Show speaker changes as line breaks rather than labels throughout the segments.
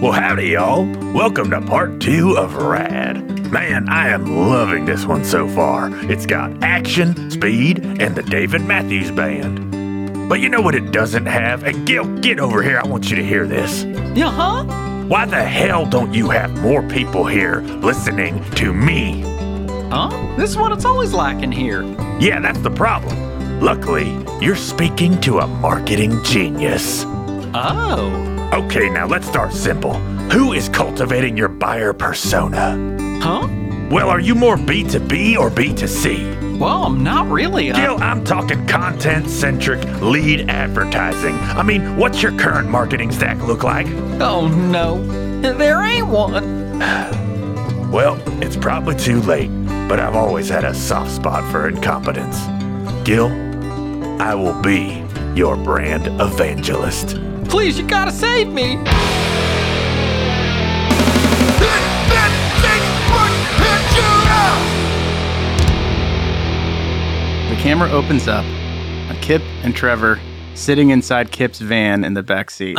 Well, howdy, y'all. Welcome to part two of Rad. Man, I am loving this one so far. It's got action, speed, and the David Matthews Band. But you know what it doesn't have? And Gil, get over here. I want you to hear this.
Uh huh.
Why the hell don't you have more people here listening to me?
Huh? This is what it's always like in here.
Yeah, that's the problem. Luckily, you're speaking to a marketing genius.
Oh.
Okay, now let's start simple. Who is cultivating your buyer persona?
Huh?
Well, are you more B2B or B2C?
Well, I'm not really. A,
Gil, I'm talking content centric lead advertising. I mean, what's your current marketing stack look like?
oh no. There ain't one.
Well, it's probably too late, but I've always had a soft spot for incompetence. Gil, I will be your brand evangelist.
Please, you gotta save me.
The camera opens up on Kip and Trevor sitting inside Kip's van in the back seat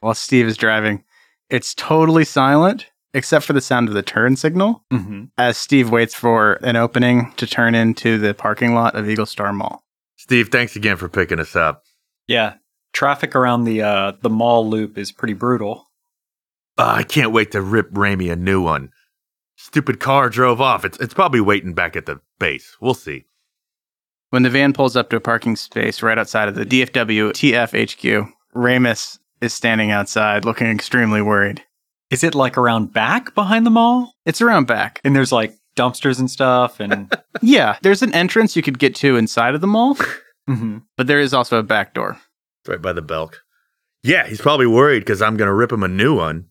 while Steve is driving. It's totally silent except for the sound of the turn signal
Mm-hmm.
as Steve waits for an opening to turn into the parking lot of Eagle Star Mall.
Steve, thanks again for picking us up.
Yeah. Traffic around the uh, the mall loop is pretty brutal.
Ah, I can't wait to rip Ramey a new one. Stupid car drove off. It's, it's probably waiting back at the base. We'll see.
When the van pulls up to a parking space right outside of the DFW TF HQ, Ramus is standing outside looking extremely worried.
Is it like around back behind the mall?
It's around back.
And there's like dumpsters and stuff. And
Yeah, there's an entrance you could get to inside of the mall,
Mhm.
but there is also a back door.
It's right by the Belk. Yeah, he's probably worried because I'm going to rip him a new one.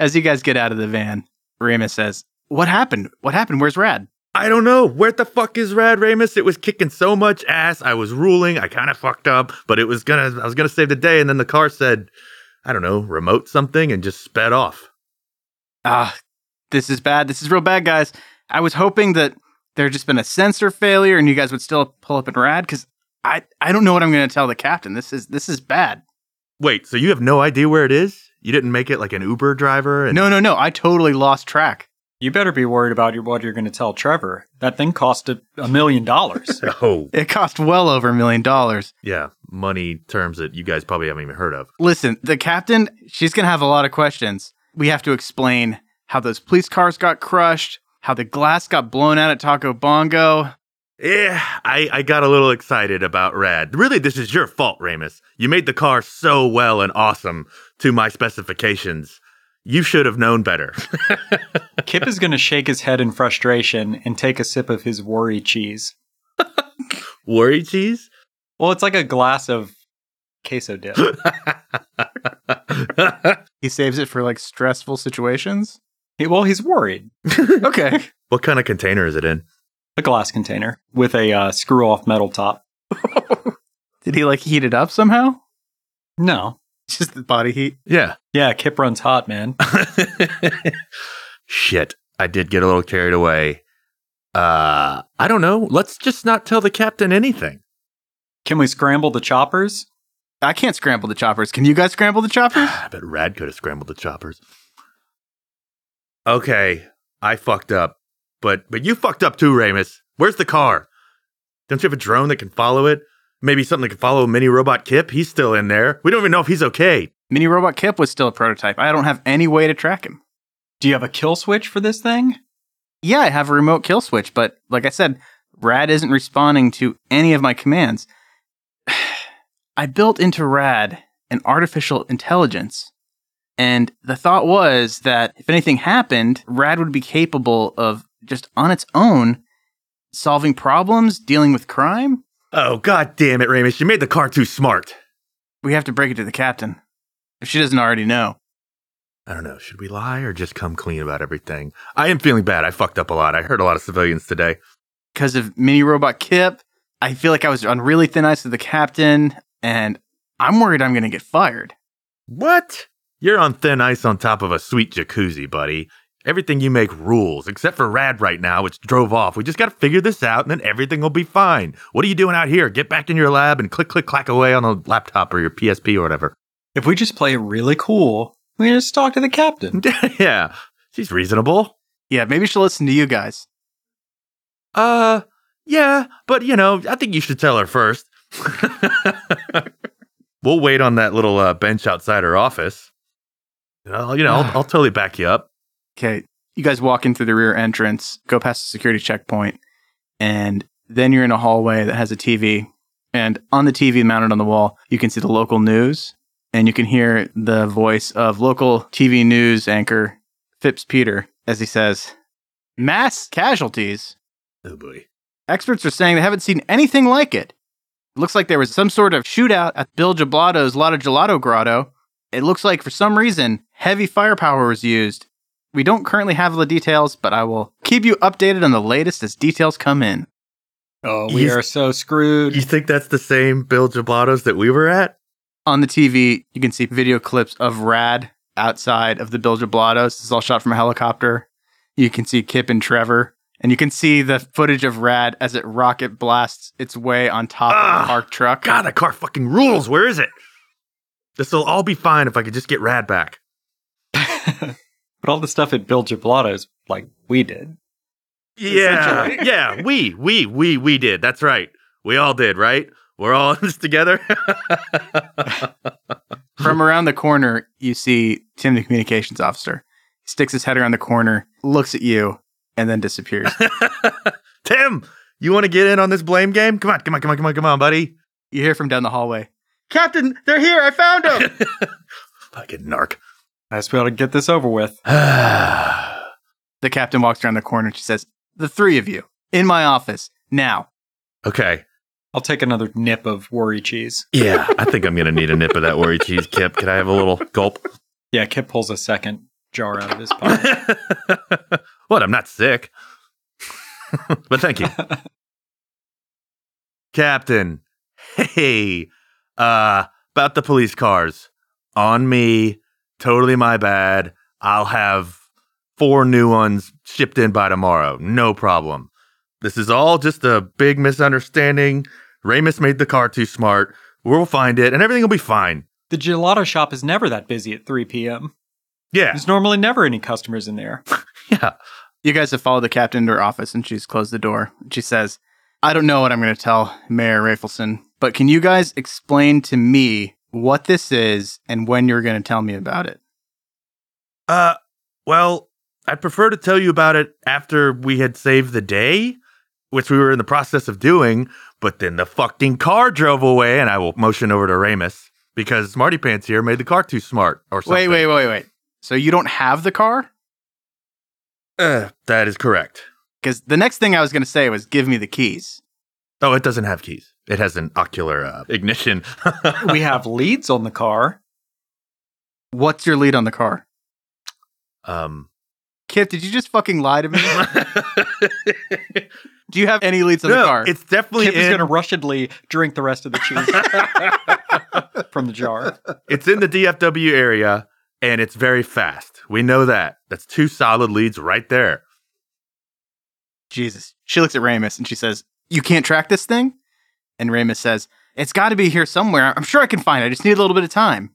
As you guys get out of the van, Remus says, What happened? What happened? Where's Rad?
I don't know. Where the fuck is Rad Ramus? It was kicking so much ass. I was ruling. I kind of fucked up, but it was going to, I was going to save the day. And then the car said, I don't know, remote something and just sped off.
Ah, this is bad. This is real bad, guys. I was hoping that there had just been a sensor failure and you guys would still pull up and Rad because I, I don't know what I'm going to tell the captain. This is this is bad.
Wait, so you have no idea where it is? You didn't make it like an Uber driver? And
No, no, no. I totally lost track.
you better be worried about your, what you're going to tell Trevor. That thing cost a, a million dollars.
Oh,
It cost well over a million dollars.
yeah. Money terms that you guys probably haven't even heard of.
Listen, the captain, she's going to have a lot of questions. We have to explain how those police cars got crushed, how the glass got blown out at Taco Bongo,
Yeah, Eh, I, I got a little excited about Rad. Really, this is your fault, Ramus. You made the car so well and awesome to my specifications. You should have known better.
Kip is going to shake his head in frustration and take a sip of his worry cheese.
Worry cheese?
Well, it's like a glass of queso dip.
He saves it for like stressful situations.
He- well, he's worried.
Okay.
what kind of container is it in?
A glass container with a uh, screw off metal top.
Did he like heat it up somehow?
No.
Just the body heat.
Yeah.
Yeah, Kip runs hot, man.
Shit, I did get a little carried away. Uh, I don't know. Let's just not tell the captain anything.
Can we scramble the choppers?
I can't scramble the choppers. Can you guys scramble the choppers?
I bet Rad could have scrambled the choppers. Okay, I fucked up, but but you fucked up too, Ramus. Where's the car? Don't you have a drone that can follow it? Maybe something that can follow Mini Robot Kip. He's still in there. We don't even know if he's okay.
Mini Robot Kip was still a prototype. I don't have any way to track him.
Do you have a kill switch for this thing?
Yeah, I have a remote kill switch, but like I said, Rad isn't responding to any of my commands. I built into Rad an artificial intelligence. And the thought was that if anything happened, Rad would be capable of just on its own solving problems, dealing with crime.
Oh god damn it, Ramus! You made the car too smart.
We have to break it to the captain. If she doesn't already know.
I don't know. Should we lie or just come clean about everything? I am feeling bad. I fucked up a lot. I hurt a lot of civilians today.
Because of mini robot Kip, I feel like I was on really thin ice with the captain, and I'm worried I'm going to get fired.
What? You're on thin ice on top of a sweet jacuzzi, buddy. Everything you make rules, except for Rad right now, which drove off. We just gotta figure this out and then everything will be fine. What are you doing out here? Get back in your lab and click, click, clack away on a laptop or your PSP or whatever.
If we just play really cool We just talk to the captain.
yeah, she's reasonable.
Yeah, maybe she'll listen to you guys.
Uh, yeah, but you know, I think you should tell her first. we'll wait on that little uh, bench outside her office. Well, you know, I'll, I'll totally back you up.
Okay. You guys walk in through the rear entrance, go past the security checkpoint, and then you're in a hallway that has a TV. And on the TV mounted on the wall, you can see the local news and you can hear the voice of local TV news anchor Phipps Peter as he says, Mass casualties?
Oh boy.
Experts are saying they haven't seen anything like it. It looks like there was some sort of shootout at Bill Gelato's Lotto Gelato Grotto. It looks like for some reason heavy firepower was used. We don't currently have all the details, but I will keep you updated on the latest as details come in.
Oh, we
He's-
are so screwed.
You think that's the same Bill Gelatos that we were at?
On the TV, you can see video clips of Rad outside of the Bill Gelato's. This is all shot from a helicopter. You can see Kip and Trevor, and you can see the footage of Rad as it rocket blasts its way on top of
Ah,
the parked truck.
God, that car fucking rules. Where is it? This will all be fine if I could just get Rad back.
But all the stuff at Bill Gelato's, like we did.
Yeah,
Essentially.
yeah. We, we, we, we did. That's right. We all did, right? We're all in this together.
From around the corner, you see Tim, the communications officer. He sticks his head around the corner, looks at you, and then disappears.
Tim, you want to get in on this blame game? Come on, come on, come on, come on, come on, buddy.
you hear from down the hallway.
Captain, they're here. I found them. Fucking narc.
I just we ought to get this over with.
oh,
The captain walks around the corner and she says, The three of you, in my office, now.
okay.
I'll take another nip of worry cheese.
Yeah, I think I'm gonna need a nip of that worry cheese, Kip. Can I have a little gulp?
Yeah, Kip pulls a second jar out of his pocket.
what? I'm not sick. but thank you. Captain. Hey. Uh about the police cars. On me. Totally my bad. I'll have four new ones shipped in by tomorrow. No problem. This is all just a big misunderstanding. Ramus made the car too smart. We'll find it and everything will be fine.
the gelato shop is never that busy at 3 p.m.
Yeah.
There's normally never any customers in there.
Yeah.
You guys have followed the captain into her office and she's closed the door. She says, I don't know what I'm going to tell Mayor Rafelson, but can you guys explain to me what this is and when you're going to tell me about it?
Uh, well, I'd prefer to tell you about it after we had saved the day, which we were in the process of doing, but then the fucking car drove away, and I will motion over to Ramus because Smarty Pants here made the car too smart or something.
Wait, wait, wait, wait. So you don't have the car?
Uh, that is correct.
Because the next thing I was going to say was, give me the keys.
Oh, it doesn't have keys. It has an ocular uh, ignition.
we have leads on the car.
What's your lead on the car?
um,
Kip, did you just fucking lie to me? Do you have any leads on
no,
the car?
it's definitely
Kip is
in-
going to rushedly drink the rest of the cheese from the jar.
it's in the DFW area, and it's very fast. We know that. That's two solid leads right there.
Jesus. She looks at Ramus and she says, You can't track this thing? And Ramus says, It's got to be here somewhere. I'm sure I can find it. I just need a little bit of time.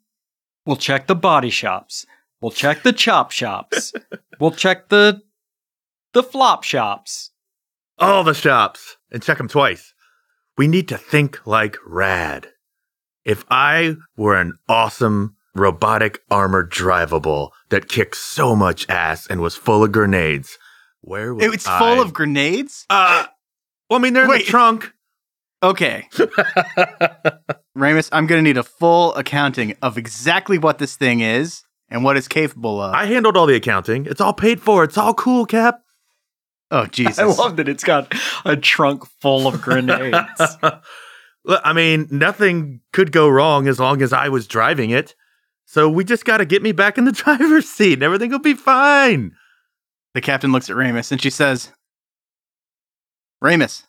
We'll check the body shops. We'll check the chop shops. We'll check the the flop shops.
all the shops and check them twice. We need to think like rad. If I were an awesome robotic armored drivable that kicked so much ass and was full of grenades, where would
It's
I-
full of grenades?
Uh, well, I mean, they're in
Wait.
the trunk.
Okay. Ramus, I'm going to need a full accounting of exactly what this thing is and what it's capable of.
I handled all the accounting. It's all paid for. It's all cool, Cap.
oh, Jesus.
I love that it's got a trunk full of grenades.
Look, I mean, nothing could go wrong as long as I was driving it. So we just got to get me back in the driver's seat and everything will be fine.
The captain looks at Ramus and she says, Ramus,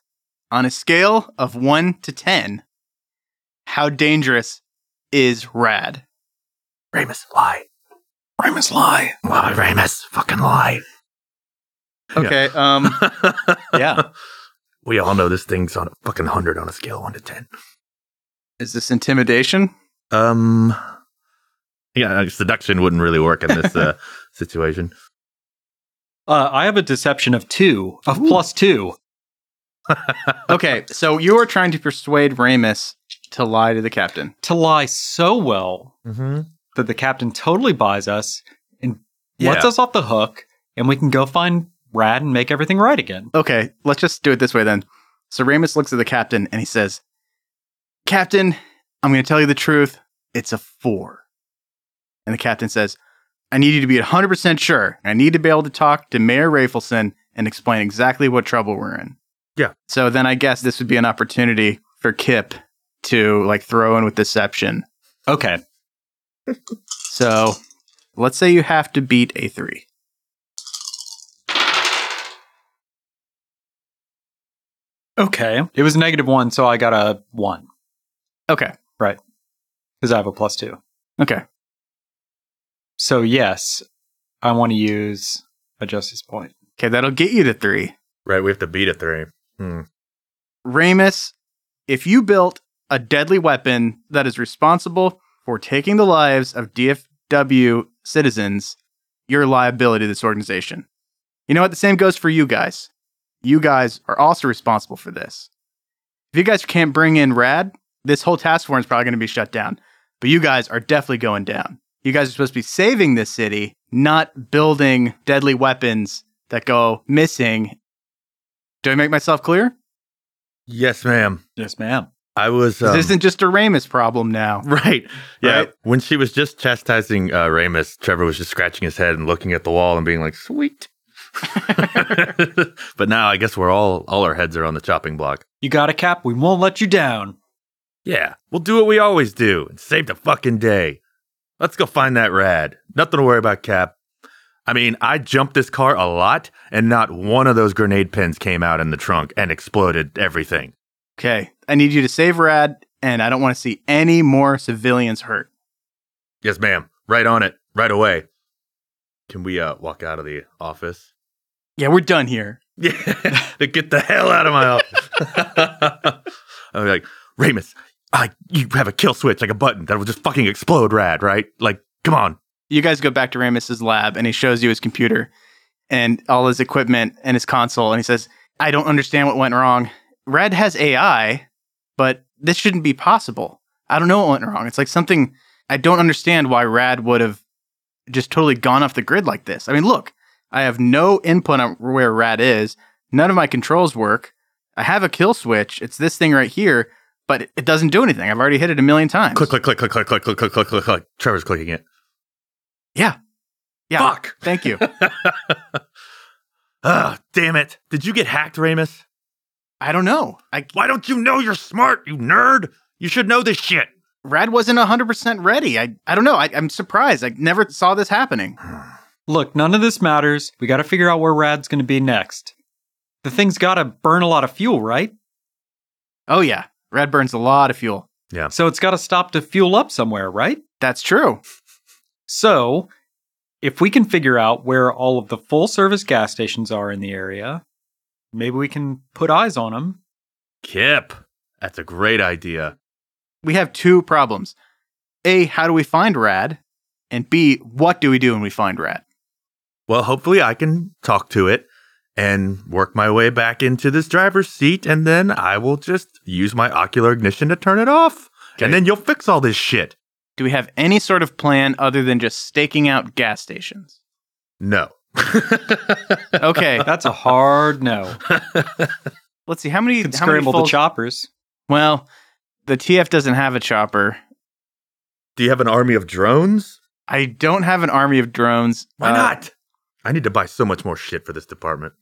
on a scale of 1 to 10, how dangerous is Rad?
Ramus, lie.
Primus lie.
Why, Ramus? Fucking lie.
Okay, um, yeah.
We all know this thing's on a fucking 100 on a scale of 1 to 10.
Is this intimidation?
Um, Yeah, uh, seduction wouldn't really work in this uh, situation.
Uh, I have a deception of two, of plus two.
Okay, so you are trying to persuade Ramus to lie to the captain.
To lie so well
Mm-hmm.
that the captain totally buys us and lets
Yeah.
us off the hook, and we can go find Rad and make everything right again.
Okay, let's just do it this way then. So Ramus looks at the captain and he says, Captain, I'm going to tell you the truth. It's a four. And the captain says, I need you to be 100% sure. I need to be able to talk to Mayor Rafelson and explain exactly what trouble we're in.
Yeah.
So then I guess this would be an opportunity for Kip to like throw in with deception.
Okay.
So let's say you have to beat a three.
Okay. It was negative one, so I got a one
Okay.
because I have a plus two.
Okay.
So, yes, I want to use a justice point.
Okay. That'll get you to three.
Right, we have to beat a three.
Ramus, if you built a deadly weapon that is responsible for taking the lives of DFW citizens, your liability to this organization. You know what? The same goes for you guys. You guys are also responsible for this. If you guys can't bring in Rad, this whole task force is probably going to be shut down. But you guys are definitely going down. You guys are supposed to be saving this city, not building deadly weapons that go missing. Do I make myself clear?
Yes, ma'am.
Yes, ma'am.
I was.
'Cause
Um,
This isn't just a Ramus problem now.
Right. Yeah.
Right?
When she was just chastising uh, Ramus, Trevor was just scratching his head and looking at the wall and being like, "Sweet." but now I guess we're all all our heads are on the chopping block.
You got a cap. We won't let you down.
Yeah, we'll do what we always do and save the fucking day. Let's go find that rad. Nothing to worry about, Cap. I mean, I jumped this car a lot, and not one of those grenade pins came out in the trunk and exploded everything.
Okay, I need you to save Rad, and I don't want to see any more civilians hurt.
Yes, ma'am. Right on it. Right away. Can we uh, walk out of the office?
Yeah, we're done here.
Yeah, to get the hell out of my office. I'm like, Ramus, I, you have a kill switch, like a button that will just fucking explode rad, right? Like, come on.
You guys go back to Ramus's lab, and he shows you his computer and all his equipment and his console, and he says, I don't understand what went wrong. Rad has AI, but this shouldn't be possible. I don't know what went wrong. It's like something I don't understand why Rad would have just totally gone off the grid like this. I mean, look, I have no input on where Rad is. None of my controls work. I have a kill switch. It's this thing right here, but it- it doesn't do anything. I've already hit it a million times.
Click, click, click, click, click, click, click, click, click, click, click. Trevor's clicking it.
Yeah.
Fuck.
Thank you.
Ah, damn it. Did you get hacked, Ramus?
I don't know. I
Why don't you know you're smart, you nerd? You should know this shit.
Rad wasn't 100% ready. I, I don't know. I, I'm surprised. I never saw this happening.
Look, none of this matters. We got to figure out where Rad's going to be next. The thing's got to burn a lot of fuel, right?
Oh, yeah. Rad burns a lot of fuel.
So it's got to stop to fuel up somewhere, right?
That's true.
So, if we can figure out where all of the full service gas stations are in the area, maybe we can put eyes on them.
Kip, that's a great idea.
We have two problems A, how do we find Rad? And B, what do we do when we find Rad?
Well, hopefully I can talk to it and work my way back into this driver's seat, and then I will just use my ocular ignition to turn it off.
Okay.
And then you'll fix all this shit.
Do we have any sort of plan other than just staking out gas stations?
No.
Okay,
That's a hard no.
let's see. How many?
Could
how many
scramble
full-
the choppers.
Well, the TF doesn't have a chopper.
Do you have an army of drones?
I don't have an army of drones.
Why
Uh,
not? I need to buy so much more shit for this department.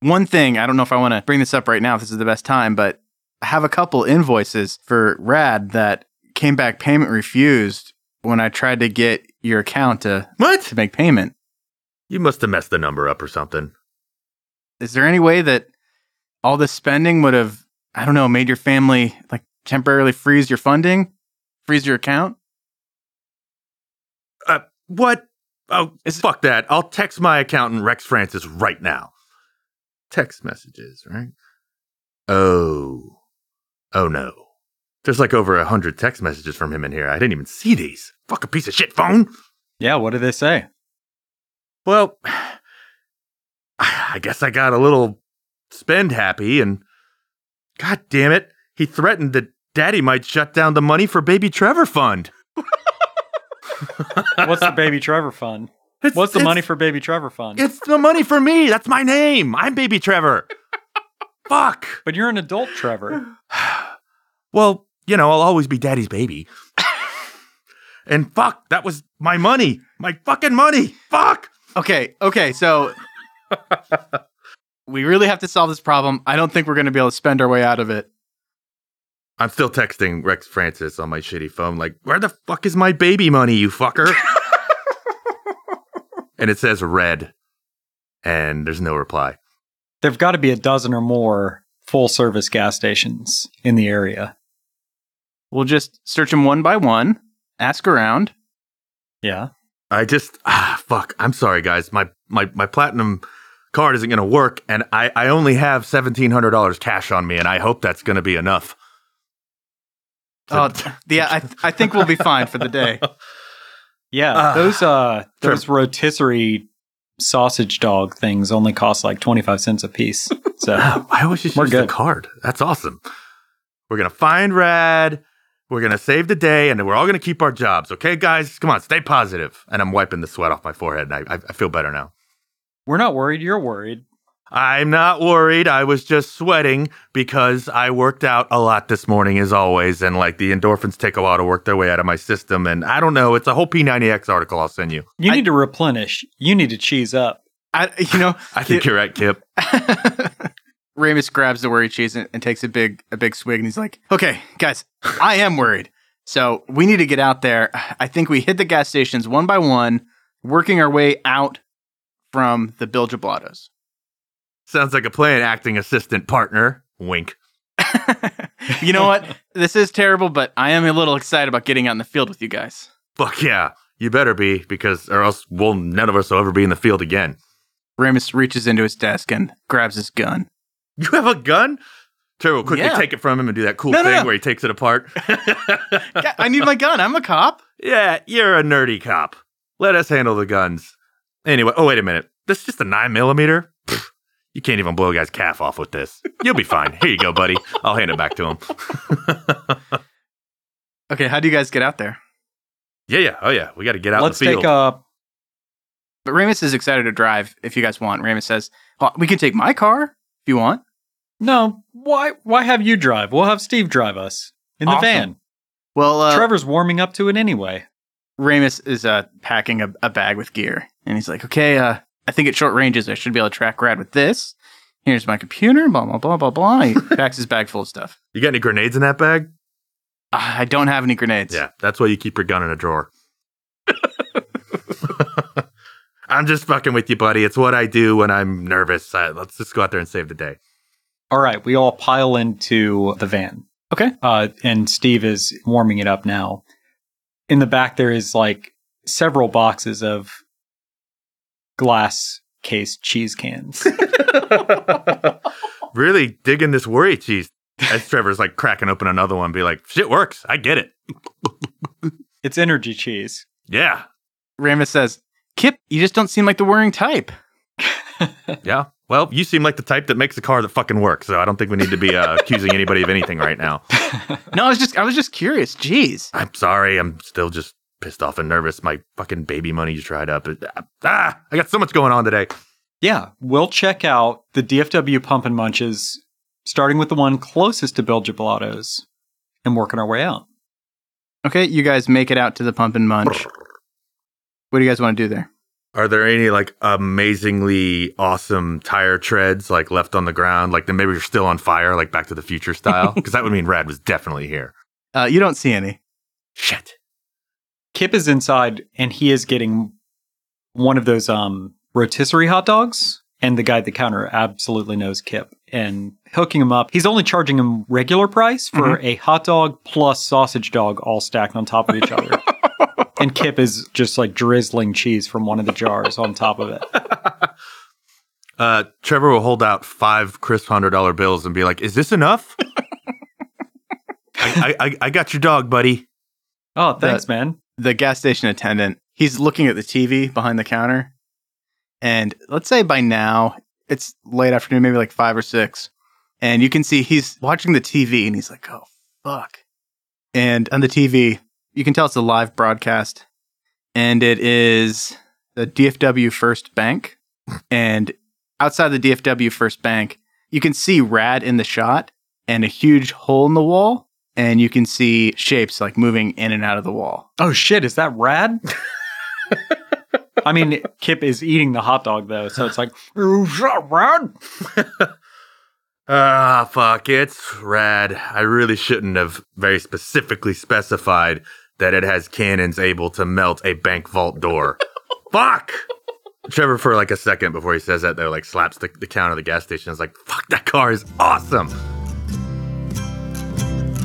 One thing, I don't know if I want to bring this up right now, if this is the best time, but I have a couple invoices for Rad that came back payment refused when I tried to get your account to,
What?
to make payment.
You must have messed the number up or something.
Is there any way that all this spending would have, I don't know, made your family like temporarily freeze your funding, freeze your account?
What? Oh,
Is-
fuck that. I'll text my accountant, Rex Francis, right now. Text messages, right? Oh. Oh, no. There's like over a hundred text messages from him in here. I didn't even see these. Fuck a piece of shit phone.
Yeah, what do they say?
Well, I guess I got a little spend happy and God damn it, he threatened that daddy might shut down the money for baby Trevor fund.
What's the Baby Trevor fund?
It's-
What's the
it's-
money for Baby Trevor fund?
It's the money for me. That's my name. I'm baby Trevor. Fuck.
But you're an adult, Trevor.
Well, you know, I'll always be daddy's baby. and fuck, that was my money. My fucking money. Fuck.
Okay, okay, so we really have to solve this problem. I don't think we're going to be able to spend our way out of it.
I'm still texting Rex Francis on my shitty phone, like, where the fuck is my baby money, you fucker? and it says red. And there's no reply.
There've got to be a dozen or more full service gas stations in the area.
We'll just search them one by one, ask around.
Yeah.
I just ah fuck. I'm sorry guys. My my my platinum card isn't gonna work and I, I only have seventeen hundred dollars cash on me and I hope that's gonna be enough.
Oh, th- yeah, I, I think we'll be fine for the day.
Yeah.
Ah.
those uh
Sure.
those rotisserie sausage dog things only cost like 25 cents a piece. So
Ah, I always just
We're
use
good.
the card. That's awesome. We're gonna find Rad. We're gonna save the day, and we're all gonna keep our jobs. Okay, guys, come on, stay positive. And I'm wiping the sweat off my forehead, and I, I, I feel better now.
we're not worried, you're worried.
I'm not worried. I was just sweating because I worked out a lot this morning, as always, and like the endorphins take a while to work their way out of my system. And I don't know. It's a whole P90X article I'll send you.
You
I-
need to replenish. You need to cheese up.
I, you know,
I think you're right, Kip.
Ramus grabs the worry cheese and, and takes a big a big swig and he's like, "Okay, guys, I am worried. So we need to get out there. I think we hit the gas stations one by one, working our way out from the Bill Giblatos.
Sounds like a plan, acting assistant partner. Wink.
you know what? This is terrible, but I am a little excited about getting out in the field with you guys.
Fuck yeah. You better be, because or else we'll none of us will ever be in the field again.
Ramus reaches into his desk and grabs his gun.
You have a gun? Trevor will quickly
Yeah.
take it from him and do that cool
No, no,
thing
no.
where he takes it apart.
"Yeah, I need my gun. I'm a cop.
Yeah, you're a nerdy cop. Let us handle the guns. Anyway, oh wait a minute. This is just a nine millimeter. Pfft, you can't even blow a guy's calf off with this. You'll be fine. Here you go, buddy. I'll hand it back to him.
Okay, how do you guys get out there?
yeah, yeah. Oh yeah. We got to get out
Let's
in the field.
take a
But Ramus is excited to drive if you guys want. Ramus says, well, we can take my car if you want.
No, why why have you drive? We'll have Steve drive us in the
Awesome.
van.
Well, uh,
Trevor's warming up to it anyway.
Ramus is uh, packing a, a bag with gear, and he's like, "Okay, uh, I think at short ranges I should be able to track Rad with this. Here's my computer, blah blah blah blah blah." He packs his bag full of stuff.
you got any grenades in that bag?
Ah, I don't have any grenades.
Yeah, that's why you keep your gun in a drawer. I'm just fucking with you, buddy. It's what I do when I'm nervous. Uh, let's just go out there and save the day.
All right, we all pile into the van.
Okay.
Uh, and Steve is warming it up now. In the back, there is like several boxes of glass case cheese cans.
really digging this worry cheese. As Trevor's like cracking open another one, be like, shit works. I get it.
it's energy cheese.
Yeah.
Ramus says, "Kip, you just don't seem like the worrying type."
Yeah. Well, you seem like the type that makes a car that fucking works, so I don't think we need to be uh, accusing anybody of anything right now.
No, I was just I was just curious. Jeez.
I'm sorry. I'm still just pissed off and nervous. My fucking baby money just dried up. It- Ah, I got so much going on today.
Yeah, we'll check out the DFW Pump and Munches, starting with the one closest to Bill Giblatos and working our way out.
Okay, you guys make it out to the pump and munch. What do you guys want to do there?
Are there any like amazingly awesome tire treads like left on the ground? Like then maybe you're still on fire, like Back to the Future style? Because that would mean Rad was definitely here.
Uh, you don't see any.
Shit.
Kip is inside and he is getting one of those um, rotisserie hot dogs. And the guy at the counter absolutely knows Kip and hooking him up. He's only charging him regular price for a hot dog plus sausage dog all stacked on top of each other. and Kip is just like drizzling cheese from one of the jars on top of it.
Uh, Trevor will hold out five crisp hundred dollar bills and be like, "Is this enough?" I I, I, I got your dog, buddy.
Oh, thanks, man.
the gas station attendant, he's looking at the TV behind the counter. And let's say by now, it's late afternoon, maybe like five or six. And you can see he's watching the TV and he's like, oh, fuck. And on the TV, you can tell it's a live broadcast. And it is the DFW First Bank. and outside the DFW First Bank, you can see Rad in the shot and a huge hole in the wall. And you can see shapes like moving in and out of the wall.
Oh shit, is that rad? I mean, Kip is eating the hot dog though, so it's like, is that rad?
Ah, fuck, it's rad. I really shouldn't have very specifically specified that it has cannons able to melt a bank vault door. fuck! Trevor, for like a second before he says that, though, like slaps the, the counter of the gas station. Is like, fuck, that car is awesome.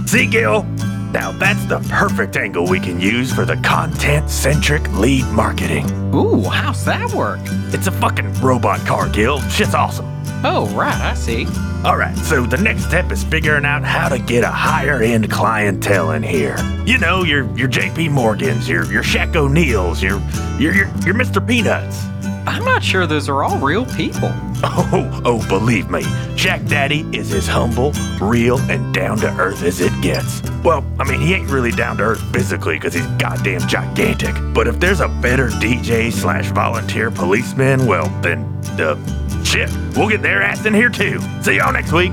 See, Gil? Now that's the perfect angle we can use for the content centric lead marketing.
Ooh, how's that work?
It's a fucking robot car, Gil. Shit's awesome.
Oh, right, I see.
All right, so the next step is figuring out how to get a higher end clientele in here. You know, your your J.P. Morgans, your your Shaq O'Neals, your your your, your Mr. Peanuts.
I'm not sure those are all real people.
Oh, oh, believe me, Shaq Daddy is as humble, real, and down to earth as it gets. Well, I mean, he ain't really down to earth physically because he's goddamn gigantic. But if there's a better DJ slash volunteer policeman, well, then, uh, shit, we'll get their ass in here too. See y'all next week.